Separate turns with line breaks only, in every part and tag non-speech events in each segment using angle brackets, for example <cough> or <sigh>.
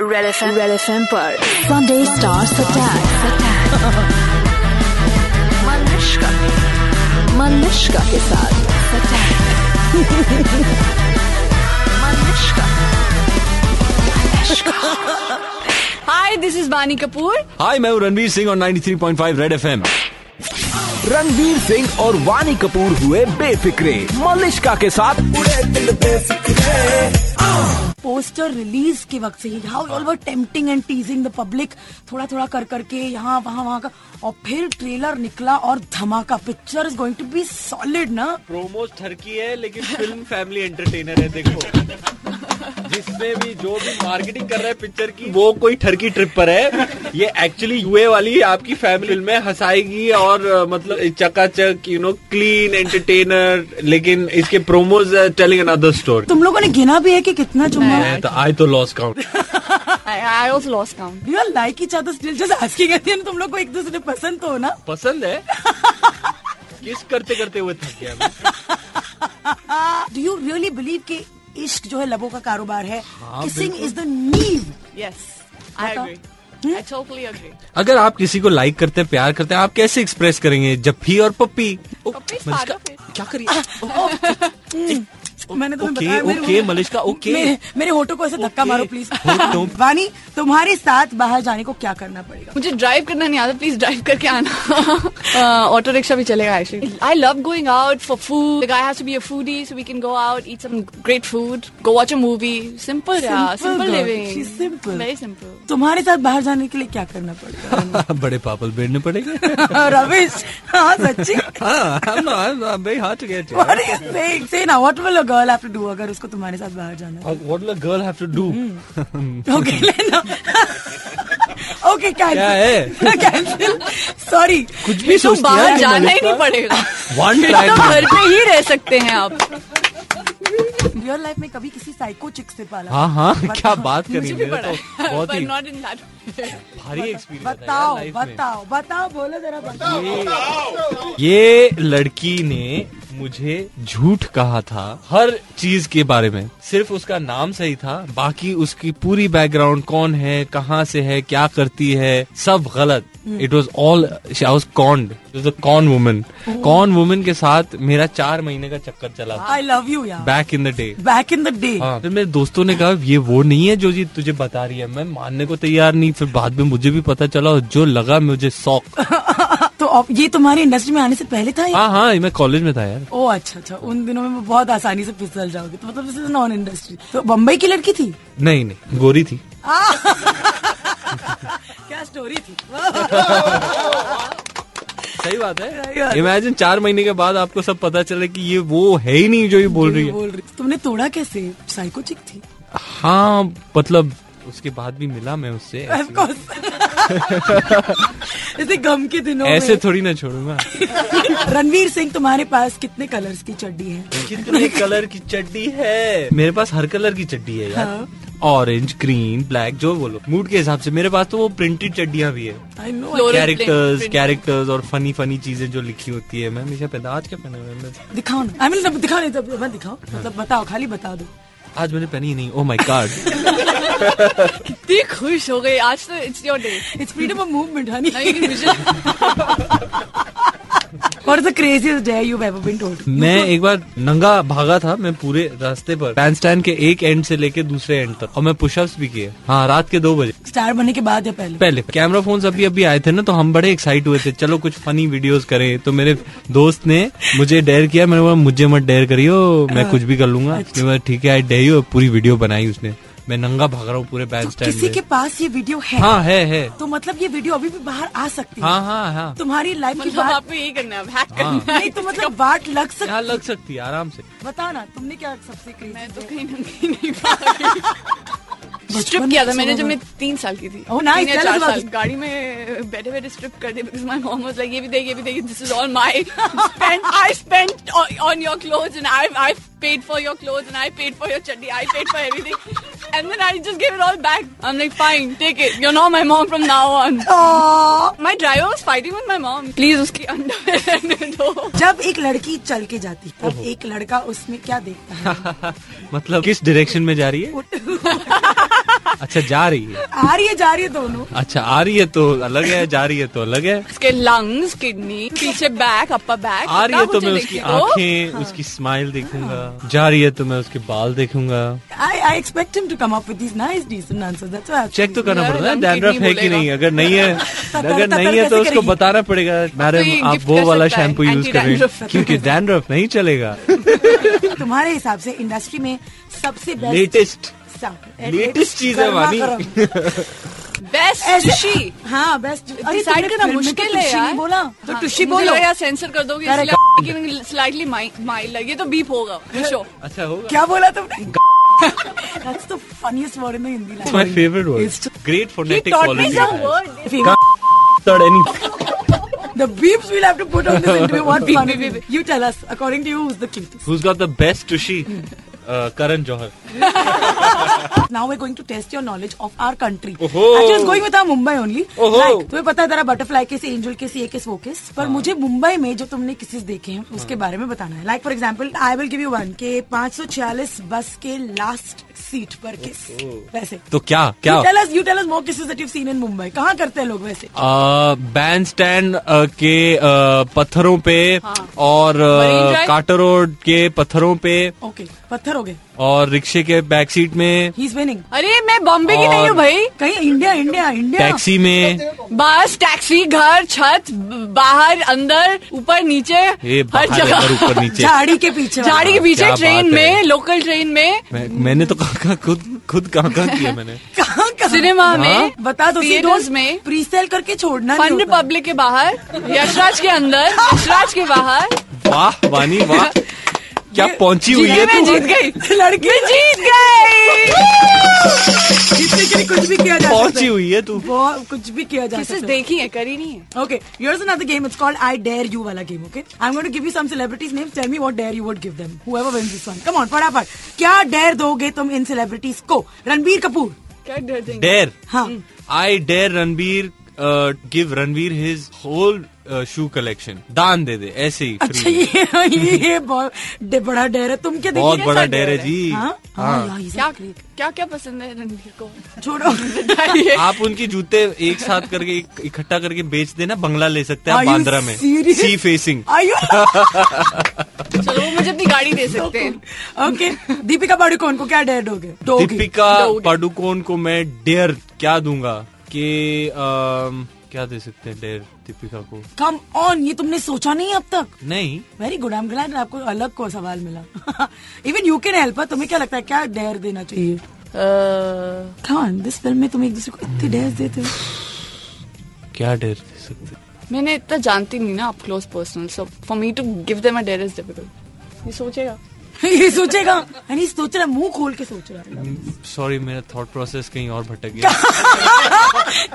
Red F M Red F M पर Sunday stars attack मनुष्का मनुष्का के साथ अटैक मनुष्का
hi this is Vaani Kapoor
hi मैं हूँ रणवीर सिंह और 93.5 रेड एफएम
रणवीर सिंह और वानी कपूर हुए बेफिक्रे मलिश्का के साथ
पोस्टर रिलीज के वक्त से ही how all were tempting and teasing the public थोड़ा थोड़ा कर करके यहाँ वहाँ वहाँ का और फिर ट्रेलर निकला और धमाका picture is going to be solid ना
प्रोमोज ठरकी है लेकिन फिल्म फैमिली एंटरटेनर है देखो जिसमें भी जो भी मार्केटिंग कर रहा है पिक्चर की वो कोई ठरकी ट्रिप पर है ये एक्चुअली यूए वाली आपकी फैमिली में हंसाएगी और अ, मतलब चकाचक यू नो क्लीन एंटरटेनर लेकिन इसके प्रोमोज टेलिंग अनदर स्टोरी
तुम लोगों ने गिना भी है कि कितना चुम्मा
आई तो lost count
I also lost count
we are like each other still just asking at तुम लोग को एक दूसरे पसंद तो हो ना <laughs>
पसंद है किस करते करते हुए थक गया मैं।
डू यू रियली बिलीव कि इश्क जो है लबों का कारोबार है
हाँ,
किसिंग इज द नीव
यस आई
बताओ।
एग्री आई टोटली एग्री
अगर आप किसी को लाइक करते हैं प्यार करते हैं आप कैसे एक्सप्रेस करेंगे जप्फी और पप्पी ओ,
Puppy is
Malishka,
part of it.
क्या करिए
मैंने तुम्हें
ओके
बताया मेरे
ओके
होंठ-
मलिश्का ओके
मेरे, मेरे होटो को ऐसे धक्का मारो
<laughs>
प्लीज
होठों-
वानी तुम्हारे साथ बाहर जाने को क्या करना पड़ेगा
मुझे ड्राइव करना नहीं आता प्लीज ड्राइव करके आना ऑटो रिक्शा भी चलेगा actually I love going out for food like I have to be a foodie so we can go out eat some great food go watch a movie simple simple
girl.
Living
She's simple.
Very <laughs> simple
तुम्हारे साथ बाहर जाने के लिए क्या करना पड़ेगा <laughs>
<laughs> बड़े पापल बेड़ने पड़ेंगे
रविश हाँ सच्ची
हाँ, I'm not- I'm- I'm very hard to get. yeah.
What is saying? Say now, what will a girl have to do अगर उसको तुम्हारे साथ बाहर जाना है?
Uh, What will a girl have to do?
Okay, लेना <laughs> Okay,
<laughs> क्या
cancel.
है
Cancel. Sorry.
कुछ भी
तो
सोचती
बाहर
है
जाना ही नहीं
मलिश्का।
पड़ेगा
<laughs> One
फिर
track
तो
mind.
घर पे ही रह सकते हैं आप
Real life में कभी किसी psycho chick से पाला?
हाँ हाँ
<laughs>
बताओ।
क्या बात करेंगे
मुझे भी
तो
पड़ा है
<laughs> बहुत
but
he
not in that
भारी एक्सपीरियंस
बताओ बताओ बताओ बोलो जरा बताओ
ये लड़की ने मुझे झूठ कहा था हर चीज के बारे में सिर्फ उसका नाम सही था बाकी उसकी पूरी बैकग्राउंड कौन है कहाँ से है क्या करती है सब गलत it was all was conned con woman con woman के साथ मेरा चार महीने का चक्कर चला था
आई लव यू यार
back in the day
back in the day
हाँ फिर मेरे दोस्तों ने कहा ये वो नहीं है जो जी तुझे बता रही है मैं मानने को तैयार नहीं फिर बाद में मुझे भी पता चला और जो लगा मुझे शौक
तो अब ये तुम्हारी इंडस्ट्री में आने से पहले था ये?
हाँ हाँ मैं कॉलेज में था यार
ओ अच्छा अच्छा उन दिनों में वो बहुत आसानी से फिसल जाओगे तो मतलब दिस इज नॉन इंडस्ट्री तो बम्बई की लड़की थी
नहीं नहीं गोरी थी
क्या स्टोरी <laughs> थी
सही बात
सही बात
है इमेजिन चार महीने के बाद आपको सब पता चले कि ये वो है ही नहीं जो ये बोल रही है
बोल रही तुमने तोड़ा कैसे साइको चिक थी
हाँ मतलब उसके बाद भी मिला मैं <laughs> उससे
ऑफ <laughs> इसे गम के दिनों
ऐसे
में
थोड़ी ना छोड़ूंगा
<laughs> रणवीर सिंह तुम्हारे पास कितने कलर्स की चड्डी है
कितने कलर की चड्डी है हाँ। मेरे पास हर कलर की चड्डी है यार ऑरेंज ग्रीन ब्लैक जो बोलो मूड के हिसाब से मेरे पास तो वो प्रिंटेड चड्डियां भी है
I know
Floral
characters
print-
characters और फनी फनी चीजें जो लिखी होती है मैं हमेशा पहले आज क्या पहना हुआ है? मैं-
दिखाओ ना आई मीन दिखाओ नहीं तब मत दिखाओ मतलब बताओ खाली बता दो
आज मैंने पहनी ही नहीं Oh ओ माय गॉड
<laughs> कितनी खुश हो गई आज तो it's your day
it's freedom of movement honey
मुझे मतलब
what is the craziest day you have been told
मैं एक बार नंगा भागा था मैं पूरे रास्ते पर बैंड स्टैंड के एक एंड से लेके दूसरे एंड तक और मैं पुशअप्स भी किए हाँ रात के दो बजे
स्टार बनने के बाद या पहले
पहले कैमरा फोन अभी अभी आए थे ना तो हम बड़े एक्साइट हुए थे चलो कुछ फनी वीडियोस करें तो मेरे दोस्त ने मुझे डेयर किया मैंने बोला मुझे मत डेयर करियो
हाँ।
मैं कुछ भी कर लूंगा
अच्छा।
उसने बोला, ठीक है आई डेयर यू पूरी वीडियो बनाई उसने मैं नंगा भाग रहा हूँ पूरे
तो
बैंड स्टैंड
किसी के
में
पास ये वीडियो है
हाँ है है
तो मतलब ये वीडियो अभी भी बाहर आ सकती है
हाँ हाँ हाँ
तुम्हारी लाइफ की
मतलब
बात
आपको यही करना है अब हैक करना है
नहीं
<laughs>
तो मतलब वाट लग
यहाँ
सकती
लग सकती है आराम से <laughs>
बताओ ना तुमने क्या सबसे
मैं
क्रेजी
तो कहीं ना कहीं नहीं भागी।
बचपन
स्ट्रिप किया था
में
मैंने जब
सुना
मैं तीन साल की थी
Oh, nice.
तीन या
Tell us
चार
about
साल
it.
गाड़ी में बैठे बैठे स्ट्रिप कर दी because my mom was like ये भी देख ये भी देख this is all my <laughs> spend I spent on your clothes and I I paid for your clothes and I paid for your chaddi I paid for everything and then I just gave it all back I'm like fine take it you're not my mom from now on my driver was fighting with my mom please <laughs> उसकी underwear दो
जब एक लड़की चल के जाती है तब एक लड़का उसमें क्या देखता है <laughs>
मतलब किस डायरेक्शन में जा रही है अच्छा जा रही है
आ रही है जा रही है दोनों
अच्छा आ रही है तो अलग है जा रही है तो अलग है
उसके लंग्स किडनी पीछे बैक अपर बैक
आ रही है तो मैं उसकी आंखें उसकी स्माइल देखूंगा जा रही है तो मैं उसके बाल देखूंगा
I I expect him to come up with these nice decent answers that's why
check तो करना
यार,
पड़ता है
हम
डैंड्रफ
किडनी
है कि
बोलेगा।
नहीं अगर
<laughs>
नहीं है अगर
ततर
नहीं है तो
कैसे
उसको
करेगी?
बताना पड़ेगा
तो ये
मैडम आप
gift
वो
कर
वाला
सकता है,
शैम्पू यूज
anti-dandruff
करें
है।
क्योंकि डैंड्रफ नहीं
<laughs>
चलेगा
तुम्हारे हिसाब से इंडस्ट्री में सबसे बेस्ट
लेटेस्ट latest चीज है, वानी। <laughs>
बेस्ट शी
हाँ बेस्ट
डिसाइड करना मुश्किल है यार
बोला तो
हाँ, मुझे
टुशी बोलो
लगा यार सेंसर कर दोगे
Correct.
इसलिए स्लाइटली माइल ये तो बीप होगा शो
अच्छा होगा
क्या बोला तुमने that's the funniest word in Hindi
it's my favourite
It's-
word great phonetic
taught me some
quality
word.
The beeps we'll have to put on this interview.
<laughs>
What fun
beep,
it is. You tell us. According to you, who's the cutest?
Who's got the best tushy? Uh, Karan Johar.
Now we're going to test your knowledge of our country.
Oho.
Actually, it's going with our Mumbai only.
Oho. हाँ।
Like, तुम्हें पता है तेरा butterfly kiss angel kiss ये kiss वो kiss पर मुझे मुंबई में जो तुमने किसेस देखे हैं उसके बारे में बताना है like for example I will give you one के 546 बस के लास्ट सीट पर किस वैसे
तो क्या क्या
tell us you tell us more kisses that you seen in Mumbai कहाँ करते हैं लोग वैसे
बैंड स्टैंड के uh, पत्थरों पे
हाँ।
और
Marine Drive?
काटर रोड के पत्थरों पे
ओके पत्थर हो गए
और रिक्शे के बैक सीट में
ही इज विनिंग
अरे मैं बॉम्बे की नहीं हूँ
और-
भाई
कहीं इंडिया इंडिया इंडिया
टैक्सी में
बस टैक्सी घर छत ब- बाहर अंदर ऊपर नीचे
ये
हर
बाहर अंदर,
जगह
ऊपर नीचे
झाड़ी के पीछे
<laughs>
वाला।
झाड़ी के पीछे
क्या
ट्रेन
बात है।
में लोकल ट्रेन में
मैं, मैंने तो कहा कहा- खुद खुद कहाँ कहाँ किया मैंने
कहाँ कहाँ
सिनेमा में
बता दो
थिएटर्स में
प्री सेल करके छोड़ना
फन
नहीं होता।
रिपब्लिक के बाहर यशराज के अंदर <laughs> यशराज के बाहर
वाह वानी वाह क्या पहुंची हुई
जीते
है
मैं
तू
जीत गई
लड़की
मैं जीत गई
जीतने के लिए कुछ भी किया जा सकता
पहुंची
है
हुई है तू
बहुत कुछ भी किया जा
किसेस
सकता है
देखी है करी नहीं है
Okay, here's another game. It's called I Dare You वाला game. Okay, I'm going to give you some celebrities' names. Tell me what dare you would give them. Whoever wins this one, come on, फटाफट. क्या dare दोगे तुम इन celebrities को? रणबीर कपूर.
क्या डर देंगे
dare
हाँ.
Hmm.
I dare Ranbir give Ranbir his whole shoe collection दान दे दे ऐसे ही
अच्छा
फ्री
ये ये ये बहुत डे- बड़ा dare है. तुम क्या देखिए
बहुत
कैसा
बड़ा
dare
डेर है
है?
जी
हाँ. हाँ. yeah, he's a
क्या
freak.
क्या क्या पसंद है रणबीर को <laughs>
छोड़ो.
बताइए
आप उनकी जूते एक साथ करके एक- इकट्ठा करके बेच देना बंगला ले सकते हैं
Are you
आप बांद्रा में
serious?
Sea facing
Are you? <laughs>
चलो वो मुझे अपनी गाड़ी दे सकते हैं
ओके दीपिका पाडुकोण को क्या डेयर दोगे दोगे
दीपिका
दोगे।
पाडुकोण को मैं डेयर क्या दूंगा कि अम, क्या दे सकते हैं डेयर दीपिका को
कम ऑन ये तुमने सोचा नहीं अब तक
नहीं
very good I am glad आपको अलग को सवाल मिला <laughs> इवन यू कैन हेल्प तुम्हें क्या लगता है क्या डेयर देना चाहिए
अ,
खान दिस फिल्म में तुम एक दूसरे को इतने डेयर देते हो
क्या डेयर दे सकते हैं?
मैंने इतना जानती नहीं ना आप close personal so for me to give them a dare is difficult ये सोचेगा
<laughs> ये सोचेगा And he सोच रहा है, मुंह खोल के सोच रहा है <laughs>
सॉरी मेरा थॉट प्रोसेस कहीं और भटक गया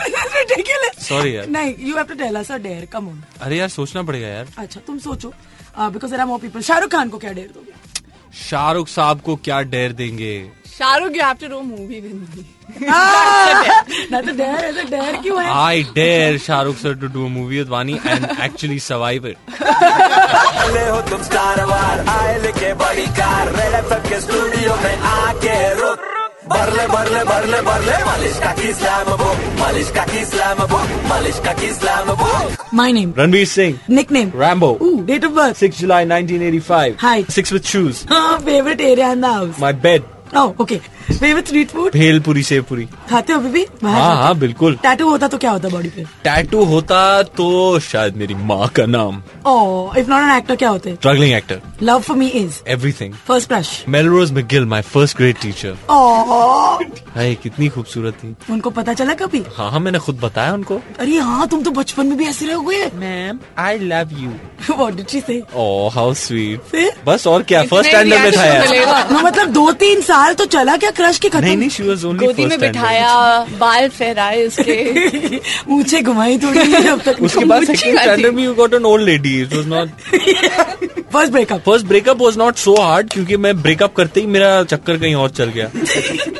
This is ridiculous.
Sorry यार।
<laughs> नहीं you have to tell us a dare come on
अरे यार सोचना पड़ेगा यार
अच्छा तुम सोचो because there are more people Shahrukh Khan को क्या डेयर दोगे <laughs>
शाहरुख साहब को क्या डेयर देंगे
Shahrukh you have to no movie with me
ना तो डेयर ऐसा डेयर क्यों
<laughs>
है
I dare Shahrukh sir to do a movie with Vaani and actually survive it
<laughs>
ले हो तुम स्टार वार आए लेके बड़ी कार रेड एफएम के स्टूडियो में आके रुक बरले बरले बरले बरले मालिश का की स्लैम बुक मालिश का की स्लैम बुक मालिश का की slam book
my name
Ranveer Singh
nickname
Rambo.
Date of <laughs> birth
6 July 1985.
Height.
Six with shoes.
Favourite area in the house
My bed.
Oh okay favourite street food
bhel puri sev पूरी
खाते हो अभी भी
हाँ
बाहर
हाँ बिल्कुल
टैटू होता तो क्या होता बॉडी पे
टैटू होता तो शायद मेरी माँ का नाम
oh if not an actor क्या होते
struggling actor
love for me is
everything
first crush
Melrose McGill my first grade teacher
oh
हाय कितनी खूबसूरत थी
Oh, उनको पता चला कभी
हाँ हाँ मैंने खुद बताया उनको
अरे हाँ तुम तो बचपन में भी ऐसे रहोगे
ma'am I love you
what did she say
oh how sweet
फिर?
Oh, बस और क्या फर्स्ट स्टैंडर्ड में था यार
मतलब दो तीन साल तो चला क्या क्रश के
नहीं
खत्म
नहीं शी वाज ओनली
गोदी में बिठाया बाल फहराए उसके
मुझे घुमाई थोड़ी जब तक
उसके बाद
मुझे
सेकंड
आती।
स्टैंडर्ड में you got an old lady it was not
first breakup
first breakup was not so hard क्योंकि मैं ब्रेकअप करते ही मेरा चक्कर कहीं और चल
<laughs>
गया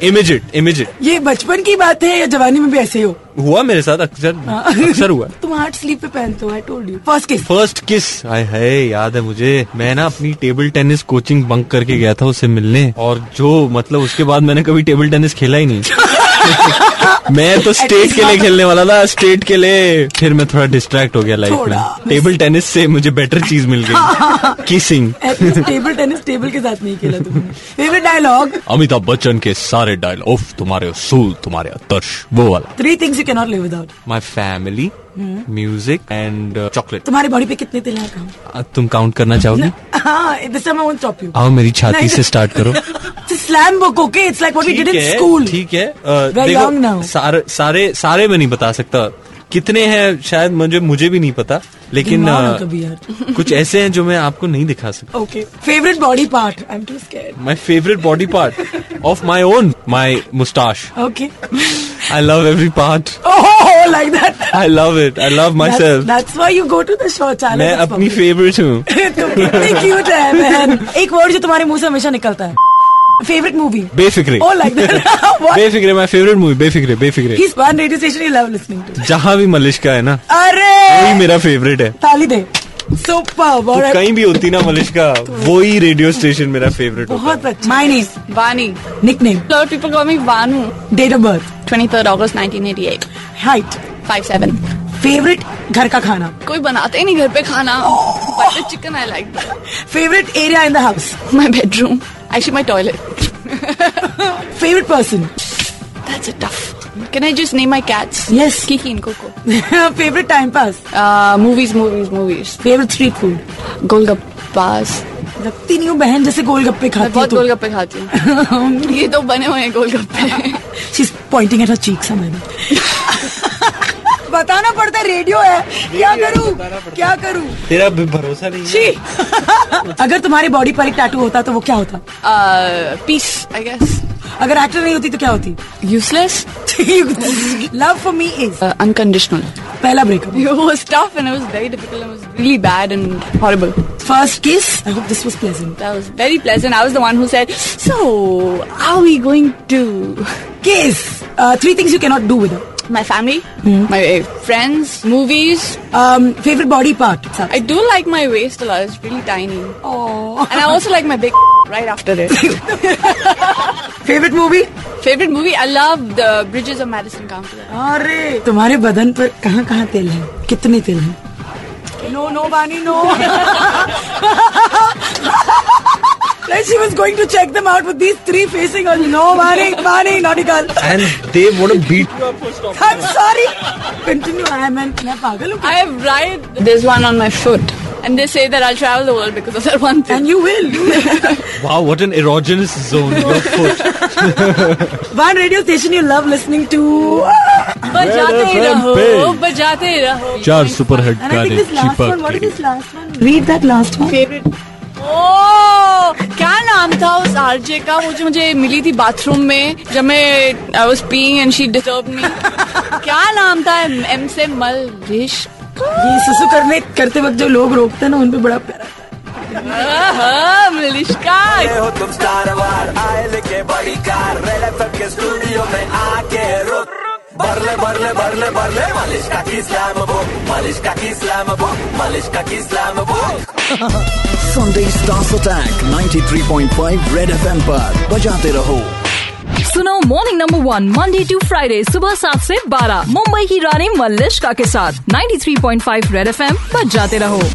इमिजिएट इमिजिएट
ये बचपन की बात है या जवानी में भी ऐसे हो
हुआ मेरे साथ अक्सर
हाँ।
अक्सर हुआ
तुम हार्ट स्लीप पे पहनते हो I told you first kiss
first kiss आय है याद है मुझे मैं ना अपनी टेबल टेनिस
<laughs>
कोचिंग बंक करके गया था उससे मिलने और जो मतलब उसके बाद मैंने कभी टेबल टेनिस खेला ही नहीं मैं तो स्टेट
least
के लिए
not-
खेलने वाला था स्टेट के लिए फिर मैं थोड़ा डिस्ट्रैक्ट हो गया लाइफ में
थोड़ा। हाँ।
टेबल टेनिस से मुझे बेटर चीज मिल गई किसिंग
टेबल टेनिस टेबल के साथ नहीं खेला तुमने फेवरेट डायलॉग
अमिताभ बच्चन के सारे डायल ऑफ तुम्हारे उसूल तुम्हारे आदर्श वो वाला
three things you can not live without
my family
hmm.
Music and chocolate
तुम्हारे बॉडी पे कितने तिल हैं काम
uh, तुम काउंट करना चाहोगी
हाँ this time I won't stop you
आओ मेरी छाती
नहीं,
से स्टार्ट
<laughs>
करो
slam book okay it's like what we did in school
ठीक है अ,
We're young
देखो
now.
सारे सारे सारे मैं नहीं बता सकता कितने हैं शायद मुझे मुझे भी नहीं पता लेकिन
गिनवाओ ना
अ,
कभी यार।
<laughs> कुछ ऐसे हैं जो मैं आपको नहीं दिखा सकता
okay favourite body part I am too scared
my favourite body part of my own my मुस्टाश
<laughs> okay
I love every part
oh like that
I love it I love my self
that's why you go to the show channel
मैं
<laughs>
अपनी favourite हूँ
तुम कितने cute है man eh, एक word जो तुम्हारे मुंह से हमेशा निकलता है Oh, favourite movie
Befikre
O like <laughs>
<laughs>
that what
Befikre my favourite movie Befikre Befikre
ही one radio station he love listening to
जहाँ भी मलिश्का है ना वही
अरे
मेरा फेवरेट है
ताली दे सुपर
तो
और
कहीं भी होती ना मलिश्का वो ही रेडियो स्टेशन मेरा फेवरेट होता है
बहुत अच्छा my name
Vani.
Nickname
A lot of people call me Vanu.
Date of birth
23rd August 1988.
Height
5'7.
Favourite घर का खाना
कोई बनाते ही नहीं घर पे खाना butter chicken I like
favourite area in the house
my bedroom actually my toilet
favourite <laughs> person
that's a tough can I just name my cats
Yes.
Kiki इनको को
favourite time pass
movies movies movies
favourite street food
golgappas
लगती नहीं हूँ बहन जैसे गोलगप्पे
मैं
खाती तो.
बहुत गोलगप्पे <laughs> खाती हूँ ये तो बने हुए हैं golgappe <laughs>
she is pointing at her cheek समझ <laughs> बताना पड़ता है रेडियो है क्या करूं क्या करूं
तेरा भी भरोसा नहीं है
छी <laughs> अगर तुम्हारे बॉडी पर एक टैटू होता तो वो क्या होता
पीस आई गेस
अगर एक्टर नहीं होती तो क्या होती
useless <laughs>
love for me is
unconditional
पहला breakup
<laughs> It was tough and it was very difficult and it was really bad and horrible.
First kiss I hope this was pleasant
That was very pleasant. I was the one who said, So, are we going to
किस three things you can not do with
my family, my uh, friends, movies?
Um, favourite body part
I do like my waist a lot. It's really tiny. And I also like my big <laughs> right after it.
Favourite movie
Favorite movie? I love The Bridges of Madison County.
अरे तुम्हारे बदन पर कहाँ कहाँ तेल है कितने तेल है no no Vani no Like she was going to check them out with these three facing on no Vani, Vani, naughty girl.
And they won't beat
I'm sorry. Continue. I am an मैं पागल हूँ
I have right. There's one on my foot. And they say that I'll travel the world because of that one thing.
And you will.
Wow what an erogenous zone
<laughs> One radio station you love listening to.
बजाते
Red FM
रहो,
पे।
बजाते रहो.
चार super hit
And I think
गाने
this last one. What is
चिपक
this last one? Read that last one.
Favourite ओ क्या नाम था उस आरजे का वो जो मुझे मिली थी बाथरूम में जब मैं I was peeing and she disturb <laughs> me क्या नाम था एम से मल रिश <laughs>
ये सुसु करने करते वक्त जो लोग रोकते हैं ना उन पे बड़ा प्यारा
मलिश्का
आए हो तुम स्टार वार आए लेके बड़ी कार रेड एफएम के स्टूडियो में आके रुक बरले बरले बरले बरले मालिश का की स्लैम बुक मालिश का की स्लैम बुक मालिश का की slam book
<laughs> Sunday Stars Attack 93.5 Red FM पर बजाते रहो
सुनो morning number one Monday to Friday सुबह सात से बारह मुंबई की रानी मलिश्का के साथ 93.5 रेड एफ एम पर जाते रहो